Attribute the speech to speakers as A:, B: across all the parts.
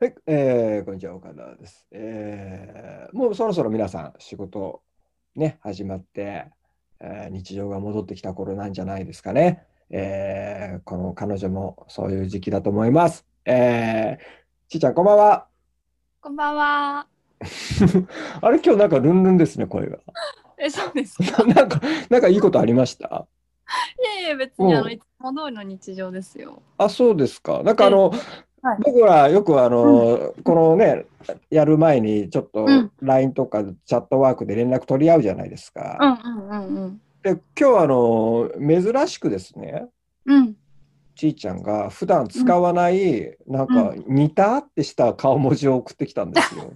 A: はい、えー、こんにちは、岡田です。えー、もうそろそろ皆さん、仕事ね、始まって、えー日常が戻ってきた頃なんじゃないですかね。えー、この彼女もそういう時期だと思います。えー、ちーちゃん、こんばんは。
B: こんばんは。
A: あれ、今日なんかルンルンですね、声が。
B: え、そうですか。
A: なんか、なんかいいことありました
B: いやいや、別にあ
A: うん
B: のいつも通りの日常ですよ。
A: あ、そうですか。なんかあの、
B: はい
A: 僕らよくあの、このね、やる前にちょっと
B: うん
A: LINE とかチャットワークで連絡取り合うじゃないですか。
B: うんうんうんうん。
A: で今日あの珍しくですね
B: うん。
A: ちいちゃんが普段使わない、なんか似たってした顔文字を送ってきたんです よ。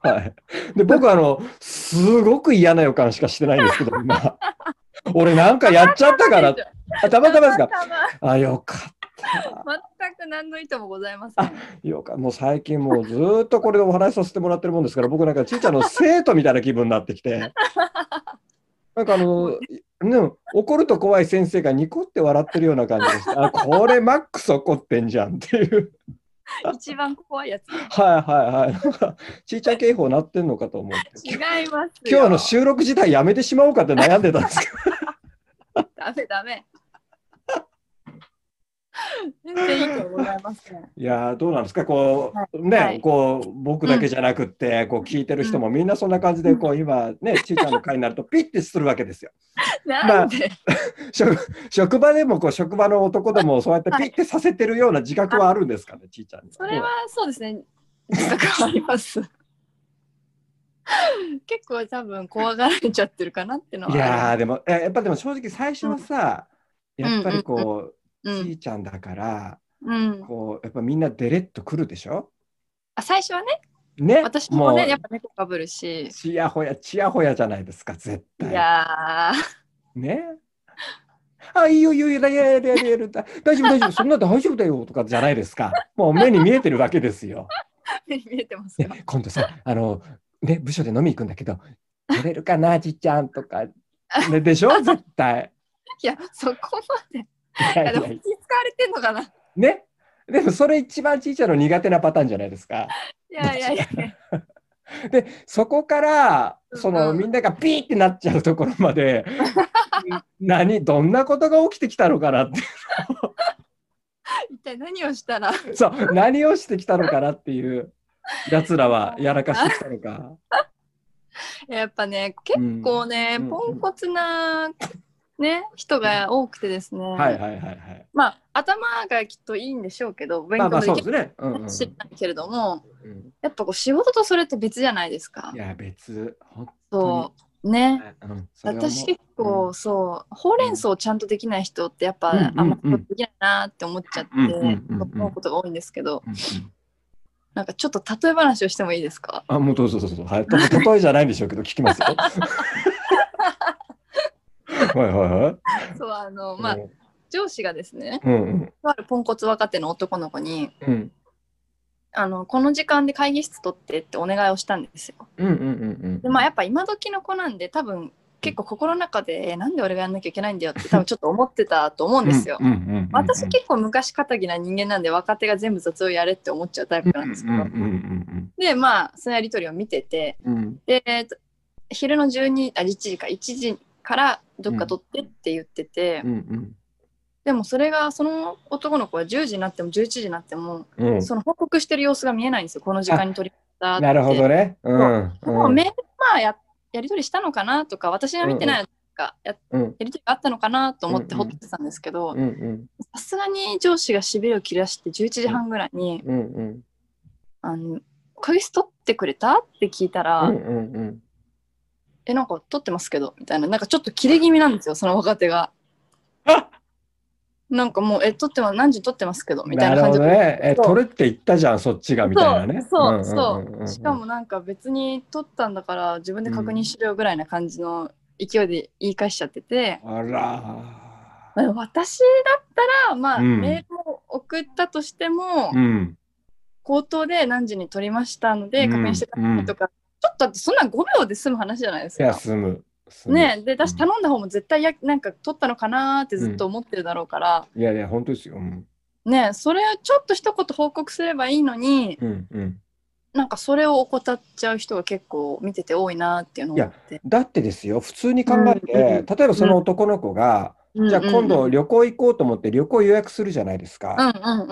A: はい、で僕あのすごく嫌な予感しかしてないんですけど 今俺なんかやっちゃったからあたまたまですかあよかった
B: 全く何の意図もございません。
A: よかもう最近もうずーっとこれでお話しさせてもらってるもんですから僕なんかちいちゃんの生徒みたいな気分になってき てなんかあの、うん、怒ると怖い先生がニコって笑ってるような感じでしたあこれマックス怒ってんじゃんっていう
B: 一番怖いやつ。
A: はいはいはいなんかちい ちゃん警報鳴ってんのかと思 って
B: 違い
A: 今
B: ます
A: 日
B: よ。
A: あの収録自体やめてしまおうかって悩んでたんですけ ど
B: ダメダメ。全然意図ございません。
A: いやーどうなんですかこ
B: は
A: うね、
B: はい
A: こう僕だけじゃなくって、こう聞いてる人もみんなそんな感じでこう今ねちいちゃんの会になるとピッてするわけですよ。
B: なんで、
A: 職職場でもこう職場の男でもそうやってピッてさせてるような自覚はあるんですかね、ちいちゃんに。
B: それはそうですね。自覚はあります。結構多分怖がられちゃってるかなっての
A: い
B: は
A: や
B: あ
A: ーでもえやっぱでも正直最初はさ、
B: ん
A: やっぱりこう、
B: る。
A: ちいちゃんだから
B: うん。うん。
A: こうやっぱみんなデレッとくるでしょ
B: あ最初はね、
A: ね
B: 私もね、やっ
A: ぱ
B: ぱ猫かぶるし。
A: ちやほやちやほやじゃないですか絶
B: い
A: 対。
B: や
A: ねあいいよいいよいいよいやいやいやいやいやだ大丈夫大丈夫そんな大丈夫だよとかじゃないですかもう目に見えてるわけですよ。
B: ー、 目に見えてま すよ。
A: ね、今度さ、あの、ね、部署で飲み行くんだけど、取れるかな、じっちゃんとか。ね、でしょ 絶対。
B: いや、そこまで。
A: いや
B: あ
A: い
B: で
A: や
B: も、気使われてんのかな。い
A: ね。でもそれ一番ちいちゃんの苦手なパターンじゃないですか。
B: やいやいや。
A: で、そこから、その
B: うん
A: みんながピーってなっちゃうところま で、何、どんなことが起きてきたのかなって、
B: 一体何をしたら。
A: そう、何をしてきたのかなっていう、やつらはやらかしてきたのか。
B: やっぱね、結構ね、
A: うん
B: ポンコツな、ね、人が多くてですね。
A: はいはいはいはい。
B: まあ、頭がきっといいんでしょうけど、勉
A: まあ
B: 強
A: ま
B: も
A: あそ
B: で
A: う
B: き
A: ですね。うんう
B: る
A: ん
B: かもしれないけれども、
A: うん
B: やっぱこう仕事とそれって別じゃないですか
A: い。や、別、本当に
B: そう。ね。
A: うんそれはもう
B: 私結構、
A: うん
B: そうほうれん草をちゃんとできない人ってやっぱ、
A: うんうんうん
B: あんまりできないなって思っちゃって、
A: うんうんうんうん
B: 思うことが多いんですけど
A: うんうん
B: なんかちょっと例え話をしてもいいですか
A: あ、もうどうぞどうぞ。はい。と例えじゃないんでしょうけど、聞きますよ。はいはいはい。
B: そうあの、まあ、上司がですね
A: うんうん
B: とあるポンコツ若手の男の子に
A: うん
B: あのこの時間で会議室取ってってお願いをしたんですよ。
A: うんうんうんう
B: で
A: ん。
B: まあやっぱ今時の子なんで多分結構心の中でえなんで俺がやんなきゃいけないんだよって多分ちょっと思ってたと思うんですよ。
A: うんうんうんうん。
B: 私結構昔かたぎな人間なんで若手が全部雑用やれって思っちゃうタイプなんですけど、
A: うんうんうん
B: でまあそのやり取りを見てて
A: うんうん。
B: でえっと昼の12あ1時か1時からどっか取ってって言ってて、
A: うん
B: でもそれがその男の子は10時になっても11時になっても、
A: うんうん。
B: その報告してる様子が見えないんですよこの時間に取りましたって
A: なるほどね。うんうん。
B: もうメールまあややり取りしたのかなとか私が見てないのか、や
A: うん
B: やり取りがあったのかなと思って
A: うん
B: ほ
A: うん
B: っとしてたんですけど
A: うんうん
B: さすがに上司がしびれを切らして11時半ぐらいに、
A: うんうん
B: あの会議室取ってくれたって聞いたら、
A: うんうんうん。
B: えなんか取ってますけどみたいななんかちょっと切れ気味なんですよその若手 が
A: あ
B: なんかもうえ取っては何時に取ってますけどみたい
A: な
B: な
A: る
B: 感
A: ほ
B: じ
A: ど
B: で、
A: ね。え、
B: そう
A: 取れって言ったじゃん、そっちがみたいなね。
B: そうそ
A: んんんん
B: うしかもなんか別に取ったんだから自分で確認しろよぐらいな感じの勢いで言い返しちゃってて、
A: あら
B: まあ私だったらまあ、
A: うん
B: メールを送ったとしても、
A: ー。うん。
B: 口頭で何時に取りましたの
A: う
B: で
A: ん
B: 確認してくださいとか、ちょっとだってそんなん5秒で済む話じゃないです
A: いや、
B: か。
A: 済む。済む
B: ねえで
A: う
B: 私
A: ん
B: 頼んだ方も絶対やなんか取ったのかなーってずっと思ってるだろうから、
A: いやいや、本当ですよ。うん
B: ねえそれをちょっと一言報告すればいいのに
A: うんうん、
B: なんかそれを怠っちゃう人が結構見てて多いなっていうのを思って。
A: だってですよ普通に考えて、
B: うんうん
A: 例えばその男の子が、じゃあ今度旅行行こうと思って旅行予約するじゃないですか。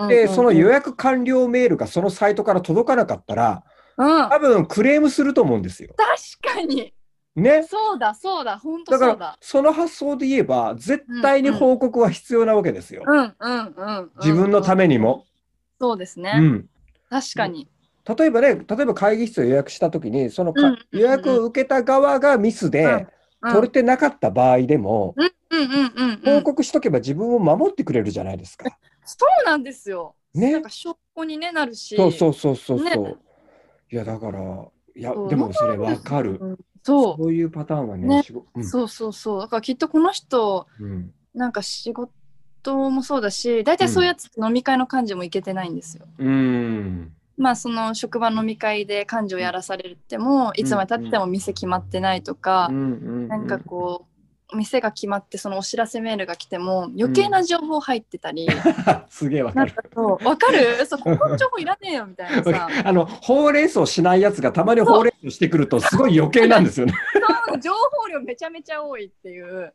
A: でその予
B: 約、
A: 約完了メールがそのサイトから届かなかったら
B: うん、
A: 多
B: 確
A: 分クレームすると思うんですよ。
B: かに
A: ね。
B: そうだそうだ本当
A: だ
B: そう
A: から
B: だ。
A: その発想で言えば絶対に報告は必要なわけですよ。
B: うんうんうん、
A: 自分のためにも。
B: そうですね、
A: うん、
B: 確かに、
A: 例えばね例えば会議室を予約した時にそのか
B: うんうんうん
A: 予約を受けた側がミスで
B: うん、
A: 取れてなかった場合でも
B: うんうんうんう
A: 報
B: ん
A: 告しとけば自分を守ってくれるじゃないですか。
B: そうなんですよ
A: ね
B: なんか証拠に、ね、なるし
A: そうそうそうそうそう。
B: ね
A: いやだからいや
B: そう
A: でもそれわかる。
B: うんそう
A: そういうパターンはね。
B: ね
A: 仕事うん
B: そうそうそうだからきっとこの人
A: うん
B: なんか仕事もそうだし大体そういうやつ飲み会の幹事もいけてないんですよ。
A: うん
B: まあその職場飲み会で幹事をやらされてもいつまでたっても店決まってないとか、
A: うん
B: なんかこう店が決まってそのお知らせメールが来ても余計な情報入ってた り、
A: うん。すげえわか
B: なん
A: る。
B: かそうわかるそうここの情報いらねえよみたい なさ
A: あのほうれん草しないやつがたまにほうれん草してくるとすごい余計なんですよね。
B: そう情報量めちゃめちゃ多いっていう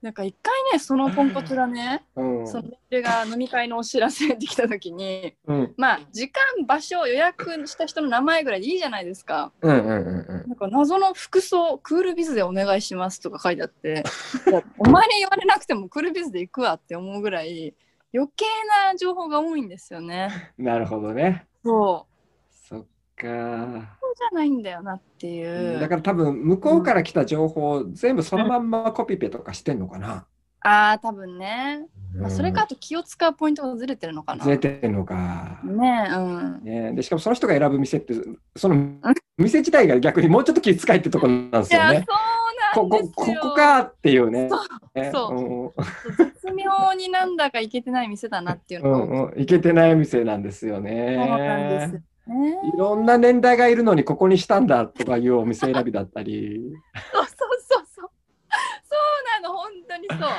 B: なんか一回ねそのポンコツがね
A: うん
B: そのメールが飲み会のお知らせできた時に
A: うん
B: まあ時間場所予約した人の名前ぐらいでいいじゃないですか
A: うんうんうん
B: なんか謎の服装クールビズでお願いしますとか書いてあって いやお前に言われなくてもクールビズで行くわって思うぐらい余計な情報が多いんですよね
A: うん。なるほどね。
B: そう
A: そっか。
B: そうじゃないんだよなっていう、
A: だから多分向こうから来た情報を全部そのまんまコピペとかしてんのかな。
B: ああ多分ね、まあ、
A: うん
B: それかあと気を使うポイントがずれてるのかな
A: ずれてんのか。
B: ねえうん
A: ね、でしかもその人が選ぶ店ってその店自体が逆にもうちょっと気遣いってとこなんです
B: い
A: よ
B: や、
A: ね。
B: そ
A: こ
B: うなん
A: こ
B: ですよ。
A: ここかっていうね。ね
B: そう
A: うん
B: 絶妙になんだかいけてない店だなっていう
A: う
B: のが
A: んうん、いけてない店なんですよね。
B: そうなんですよね。
A: いろんな年代がいるのにここにしたんだとかいうお店選びだった り、
B: そうそうそうそう。そうなの本当に そう。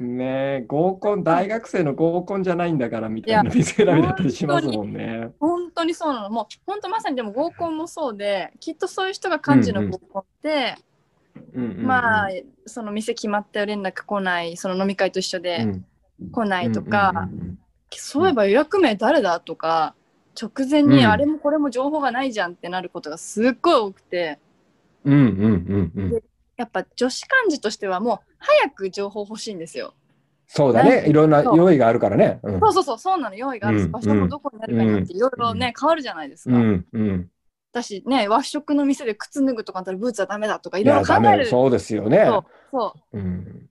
A: ね、合コン大学生の合コンじゃないんだからみたいな店選びだったりしますもんね。
B: 本当にそうなの。もう本当まさにでも合コンもそうで、きっとそういう人が幹事の合コンって、
A: うんうんうん
B: まあその店決まったよ連絡来ない、その飲み会と一緒で来ないとか、
A: うんうんうん
B: そういえば予約名誰だとか。直前
A: う
B: に
A: ん
B: あれもこれも情報がないじゃんってなることがすっごい多くて、
A: うんうんうんうん、
B: やっぱ女子幹事としてはもう早く情報欲しいんですよ。
A: そうだね、いろんな用意があるからね。うん
B: そうそうそうそうなの用意があるし、
A: うん
B: 場所もどこになるかによっていろいろね、変わるじゃないですか。
A: うんうん
B: だしね和食の店で靴脱ぐとかだったらブーツはダメだとかい
A: い
B: ろい
A: や
B: ろ考
A: ダ
B: え
A: メ
B: る
A: そうですよね。
B: そうそ
A: うん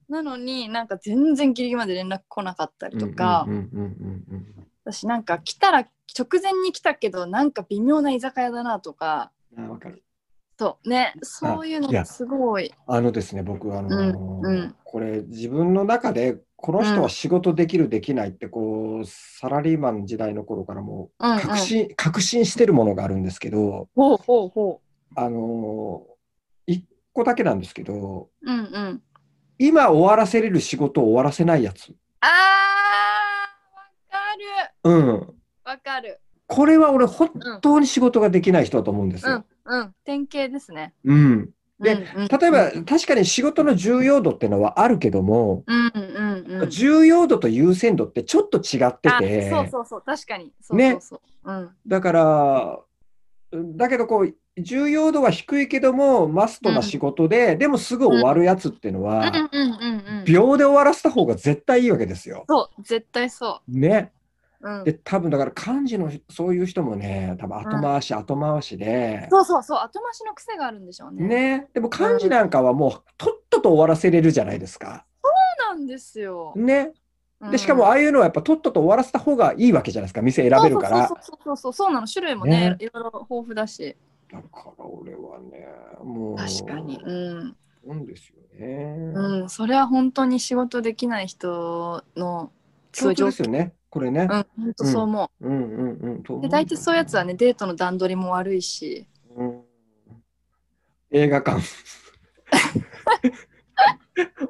B: うなのになんか全然ギリギリまで連絡来なかったりとか、
A: うんうんうん
B: 私なんか来たら直前に来たけどなんか微妙な居酒屋だなとか
A: うんうんあわかる。
B: そうねそういうの
A: いや
B: がすごい
A: あのですね、僕、あのー
B: うんうん
A: これ、自分の中で、この人は仕事できる、できないって、こう、サラリーマン時代の頃からも
B: うんうん
A: う、確信、確信してるものがあるんですけど、
B: ほうほうほ
A: あのー、一個だけなんですけど、
B: ううんうん
A: 今終わらせれる仕事を終わらせないやつ。
B: あーわかる
A: うん。
B: わかる
A: これは俺、本当に仕事ができない人だと思うんです
B: うん
A: よ。
B: うん典型ですね
A: うん。で
B: うんうん
A: 例えば、確かに仕事の重要度ってのはあるけども、
B: うんうんうん
A: 重要度と優先度ってちょっと違ってて、
B: あそうそうそう確かにそう
A: ね
B: そうそう、うん
A: だから、だけどこう、重要度は低いけども、マストな仕事で、でもすぐ終わるやつっていうのは、
B: うんうんうんうん
A: 秒で終わらせた方が絶対いいわけですよ。
B: そう絶対そ
A: ね。
B: う、うん
A: で、、多分だから、幹事のそういう人もね、多分後回し、後回しで、
B: そうそうそう後回しの癖があるんでしょうね
A: ね。でも幹事なんかはもう、とっとと終わらせれるじゃないですか。
B: そうなんですよ、
A: ね。
B: うん
A: でしかもああいうのはやっぱとっとと終わらせた方がいいわけじゃないですか店選べるから
B: そうそうそうそうそうそうなの種類もね
A: ね
B: いろいろ豊富だし
A: だから俺はねもう
B: 確かにうん、
A: なんですよね、
B: うん、それは本当に仕事できない人の
A: 共通
B: 状
A: で
B: 況
A: すよねこれね
B: うん、本当そう思
A: うんうんうんと
B: う、
A: 思
B: で大体そういうやつはねデートの段取りも悪いし
A: うん映画 館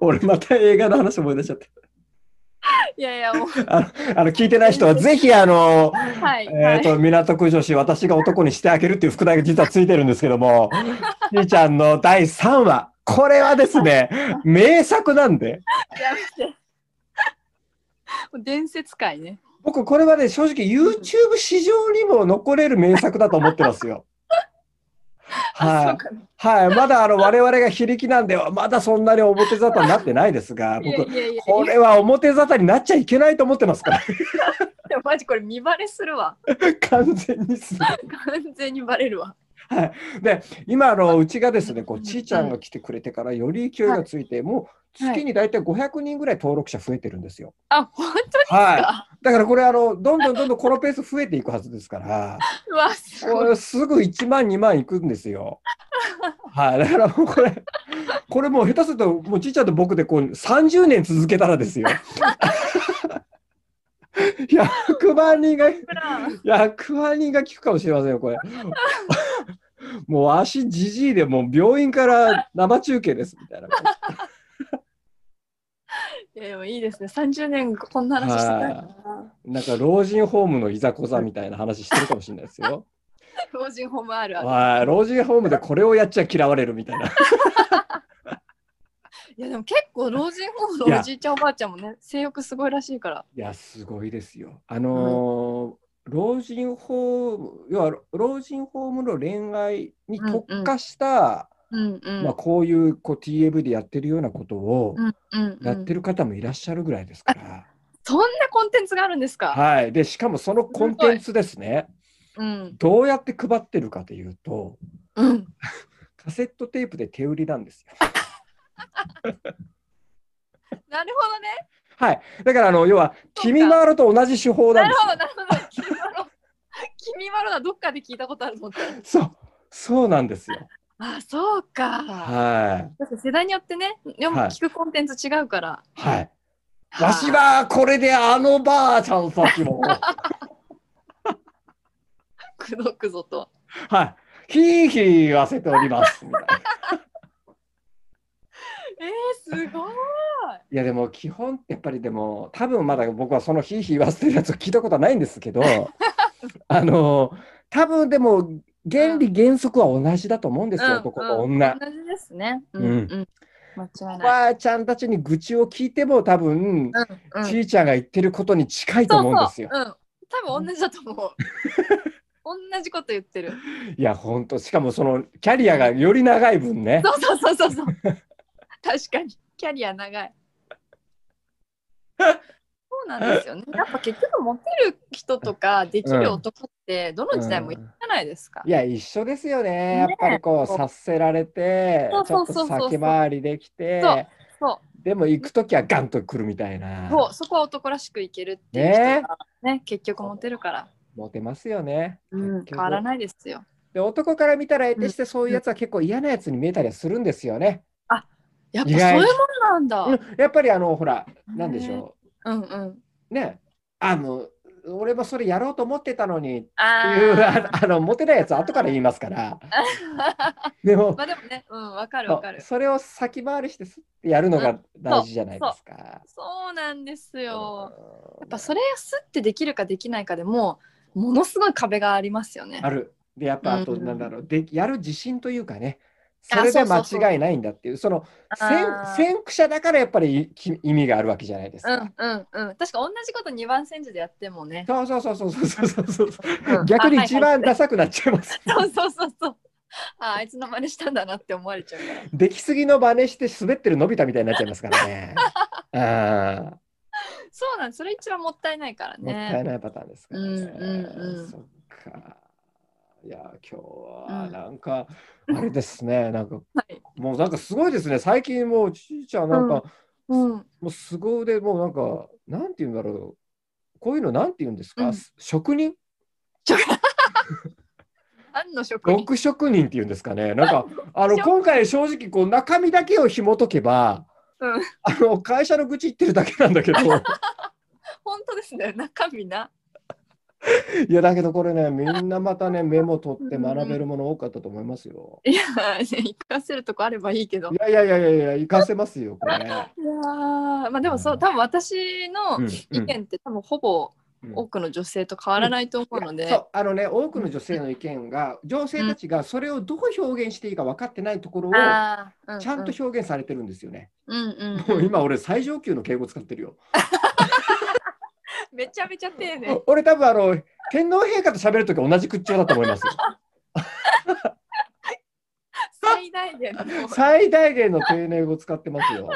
A: 俺また映画の話思い出しちゃった
B: いやいや、も う、
A: あの、あの聞いてない人は、ぜひ、あの、
B: はい。は
A: えっ、
B: い、
A: と、港区女子、私が男にしてあげるっていう副題が実はついてるんですけど も、しーちゃんの第3話、これはですね、名作なんで、
B: やめて。もう伝説界ね。
A: 僕、これはね、正直、YouTube 史上にも残れる名作だと思ってますよ。
B: あ
A: は
B: そう
A: い。
B: かな
A: はい。まだ、あの、我々が非力なんで、まだそんなに表沙汰になってないですが、
B: いや
A: 僕、
B: いやいや、
A: これは表沙汰になっちゃいけないと思ってますから、
B: でもマジこれ見バレするわ。
A: 完全にす。
B: 完全にバレるわ。
A: で今あのうちがですねこ
B: う
A: うんちーちゃんが来てくれてからより勢いがついて、もう月に大体500人ぐらい登録者増えてるんですよ。
B: あ、本当ですか、
A: はい、だからこれあのどんどんどんどんこのペース増えていくはずですから
B: うわ、す
A: こ
B: ごい。
A: れすぐ1万2万いくんです よ。はい、だからもうこれこれもう下手するともうちーちゃんと僕でこう30年続けたらですよ。100万人が100万 人が聞くかもしれませんよ、これ。 もう足じじいでもう病院から生中継ですみたいな。
B: いや、でもいいですね。30年こんな話してたんだな。
A: なんか老人ホームのいざこざみたいな話してるかもしれないですよ。
B: 老人ホームあるある。
A: はい、老人ホームでこれをやっちゃ嫌われるみたいな。
B: いやでも結構老人ホーム
A: い
B: の
A: や
B: おじいちゃんおばあちゃんもね性欲すごいらしいから
A: いや、すごいですよ。あのー老人ホーム、要は老人ホームの恋愛に特化した、
B: うんうん、
A: まあ、こういうこう TM でやってるようなことを
B: うんうん
A: やって
B: る
A: る方もいらっしゃるぐらいですから。
B: そんなコンテンツがあるんですか、
A: はい、でしかもそのコンテンツですね
B: うん
A: どうやって配ってるかというと
B: うん
A: カセットテープで手売りなんですよ。
B: なるほどね
A: はい、だからあの要は「
B: そうか
A: 君まろ」と同じ手法な
B: なん
A: で
B: るほどなるほど 君まろ君まろはどっかで聞いたことあると思った
A: すよ。そうそうなんですよ。
B: あそうか
A: はい。
B: だって世代によってねでも
A: はい
B: 聞くコンテンツ違うから、
A: はい。わしはこれであのばあちゃんたちも。
B: くどくぞと
A: はい。ひいひい言わせております。みたいな。
B: えー、すごい
A: いやでも基本やっぱりでも多分まだ僕はそのひいひい言わせてるやつを聞いたことはないんですけ どあの多分でも原理原則は同じだと思うんですよ、
B: うん
A: 男と女。
B: 同じですねうん
A: う
B: うんん、間違い
A: お
B: ない、
A: ばあちゃんたちに愚痴を聞いても多分、
B: うんうん
A: ちいちゃんが言ってることに近いと思うんですよ。
B: そうそう、うん、多分同じだと 思う同じこと言ってる
A: いやほんとしかもそのキャリアがより長い分ね。
B: そうそうそうそうそう確かにキャリア長いそうなんですよ ねやっぱ結局モテる人とかできる男ってどの時代もいいじゃないですか、
A: いや一緒ですよねやっぱりこう
B: そう
A: 察せられて
B: そう
A: ちょっ
B: そう
A: と
B: そうそう
A: 先回りでき
B: そう
A: て
B: そ
A: でも行く時はガンと来るみたいな。
B: うそうそこは男らしくいけるっていう人がね結局モテるから、
A: モテますよね。
B: うん、
A: 結局
B: 変わらないですよ
A: で男から見たら得てしてそういうやつは結構嫌なやつに見えたりはするんですよね。
B: やっぱ
A: 意
B: そう
A: 外
B: いう
A: に
B: ものなんだ、
A: うんやっぱりあのほらなんでしょ
B: うんうん
A: うねあの俺もそれやろうと思ってたのにって
B: あ
A: いうあ
B: ー
A: のあのモテないやつは後から言います からでも
B: まあでもねうんわかるわかる
A: それを先回りしてすってやるのが大事じゃないですか。
B: そうなんですよ
A: うん
B: やっぱそれをすってできるかできないかでもうものすごい壁がありますよ ね
A: あるでやっぱあと
B: うん
A: なんだろう、でやる自信というかねそ
B: あ
A: れで
B: そうそうそう
A: 間違いないんだっていうその
B: あー
A: 先先駆者だからやっぱりいき意味があるわけじゃないです
B: う
A: か。
B: んうんうん確か同じこと2番煎じでやってもね、
A: そうそうそうそうそうそうそう
B: う ん
A: 逆に
B: あ
A: 一
B: はい
A: 番ダサくなっちゃいます。
B: はいそうそうそうそうああいつの真似したんだなって思われちゃうから
A: 出来すぎの真似して滑ってるのび太みたいになっちゃいますから ね。ああ、
B: そうなんそれ一番もったいないから
A: もったい
B: ね
A: ないパターンですからね。
B: うんうんうん
A: そっか。いや今日はなんか、あれですねなんか
B: はい、
A: もうなんかすごいですね最近もうちいちゃんなんか、
B: うん、
A: もう凄腕もうなんかなんて言うんだろうこういうのなんて言うんですか、
B: うん
A: 職人
B: 何の職人
A: 六職人っていうんですかね。なんか、あの、
B: 職人
A: 今回正直、こう、中身だけを紐解けば、
B: うん
A: あの、会社の愚痴言ってるだけなんだけど、
B: 本当ですね中身な
A: いやだけどこれねみんなまた ねメモ取って学べるもの多かったと思いますよ。
B: いや、行かせるとこあればいいけど。
A: いやいやいやいやいや行かせますよこれ。
B: いやーまあでもそう、
A: うん
B: 多分私の意見って多分ほぼ
A: うん
B: 多くの女性と変わらないと思うので、
A: そうあのね多くの女性の意見が女性たちがそれをどう表現していいか分かってないところをち
B: ああ、うう
A: ゃんと表現されてるんですよね。
B: うんうん
A: もう今俺最上級の敬語使ってるよ。
B: めちゃめちゃ丁寧。
A: 俺多分あの天皇陛下と喋るとき同じ口調だと思います よ。
B: 最大限の。
A: 最大限の丁寧語使ってますよ。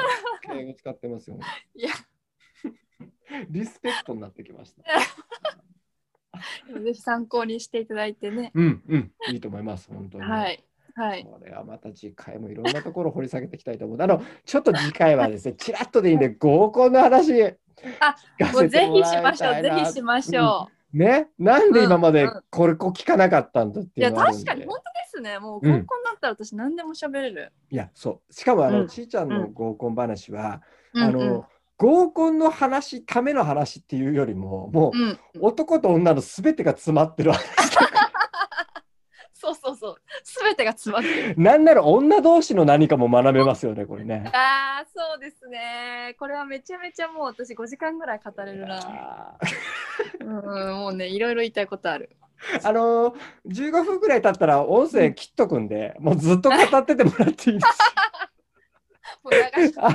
A: 敬語使ってますよ。
B: いや、
A: リスペクトになってきま した。
B: ぜひ参考にしていただいてね。
A: うんうん、いいと思います、本当に。
B: はい。はい。
A: これはまた次回もいろんなところを掘り下げていきたいと思う。あの、ちょっと次回はですね、ちらっとでいいんで、合コンの話。
B: あ
A: 聞か
B: もう
A: せ
B: ぜ
A: ても
B: ひ
A: らい
B: した
A: いな、
B: ましょう。ぜひしましょ
A: ね、なんで今ま
B: う
A: で
B: んうん
A: これこう聞かなかったんだっ
B: う。
A: て
B: い
A: い
B: や、
A: うのがあるん
B: 確
A: で。
B: かに本当ですね。もう
A: うん
B: 合コンだったら私何でも喋れる。
A: いや、そう。しかも、あの、
B: うん
A: ちーちゃんの合コン話は、
B: うん
A: あの、合コンの話、ための話っていうよりも、も
B: うん、うん。
A: う、男と女のすべてが詰まってる話。
B: そうそうそう。すべてが詰ま って る。
A: なんなら女同士の何かも学べますよね、これね。
B: ああ、そうですね。これはめちゃめちゃもう私5時間ぐらい語れる な。
A: あー
B: うん、もうね、いろいろ言いたいこと ある。
A: あのー、15分ぐらい経ったら音声切っとくんで、もうずっと語っててもらっていいです。
B: もう流 し
A: あ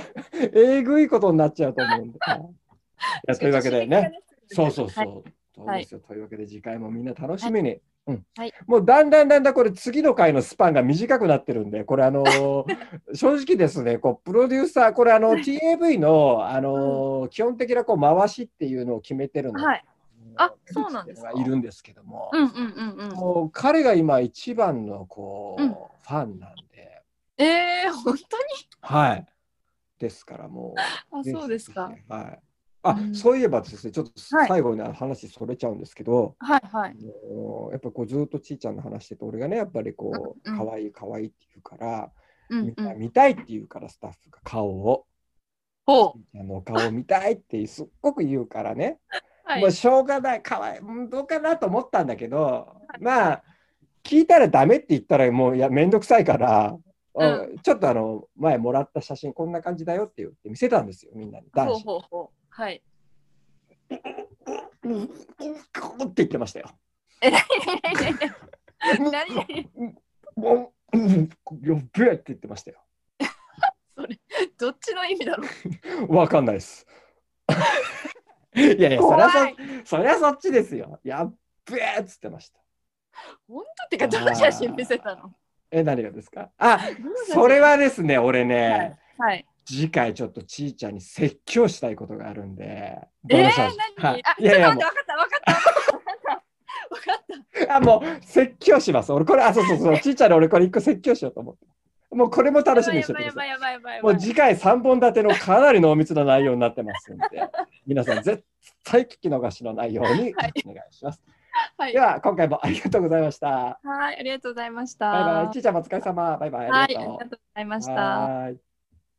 A: えぐいことになっちゃうと思 うんで。はいいやというわけでね。。そうそうそう。
B: はい
A: そうですよというわけで次回もみんな楽しみに。うん
B: はい
A: もうだんだんだんだんこれ次の回のスパンが短くなってるんでこれあのー正直ですねこうプロデューサーこれあの TAV のあのー基本的なこう回しっていうのを決めてるので、
B: はい。あそうなんですか
A: いるんですけども、
B: うんうんうんうん。
A: もう彼が今一番のこう、
B: うん
A: ファンなんで、
B: ええー、本当に。
A: はい。ですからも
B: あ、
A: う。ぜひ
B: そうですか。。
A: はい。あ、
B: うん
A: そういえばですね、ちょっと
B: はい
A: 最後にあの話それちゃうんですけど、
B: はいはい。
A: あのやっぱこうずっとちいちゃんの話してて、俺がね、やっぱりこう、
B: うんうん
A: 可愛い可愛いって言うから、
B: うんう。
A: みんなん見たいって言うから、スタッフが顔を、
B: ほう。
A: あの顔を見たいってすっごく言うからね、
B: はい
A: もう。しょうがない、可愛い、うんどうかなと思ったんだけど、まあ、聞いたらダメって言ったら、もういや、めんどくさいから、
B: う
A: あちょっとあの、前もらった写真、こんな感じだよって言って見せたんですよ、みんなに。
B: ほう
A: 男子。
B: ほうほう。はい。
A: うん、うんうんって言ってましたよ。
B: え、なになになに。
A: もう、うんやっべえって言ってましたよ。
B: それ。 どっちの意味だろう。
A: わかんないです。いやいや、そりゃ
B: 怖い
A: そ、そりゃそっちですよ。やっべえっつってました。
B: 本当ってか、どの写真見せたの。
A: え、何がですかあ、
B: どの写真
A: それ。はですね、俺ね、
B: はい。はい。
A: 次回ちょっとちーちゃんに説教したいことがあるんで。
B: え
A: どうし
B: ー
A: ましょう、は
B: 何
A: い
B: あ、
A: い
B: ちょっ
A: やい
B: と
A: や
B: 待っ
A: も
B: て、わかった、わかった。わかった。わかっ
A: う、
B: た。
A: あ、もう説教します。俺これ、あ、そうそう そう、ちーちゃんに俺これ一個説教しようと思って。もうこれも楽しみにしててく
B: や
A: だ
B: ば
A: さ
B: い
A: い。
B: やばいやばいや
A: も
B: ばいやばい。
A: う次回3本立てのかなり濃密な内容になってますんで、皆さん絶対聞き逃しのないようにお願いします。
B: はい
A: で。は、今回もありがとうございました。
B: はい、ありがとうございました。
A: バイバイ。ちーちゃんもお疲れ様。バイバイ。
B: は
A: あり
B: い、あり
A: が
B: が
A: とう。
B: とうございました。
A: はーい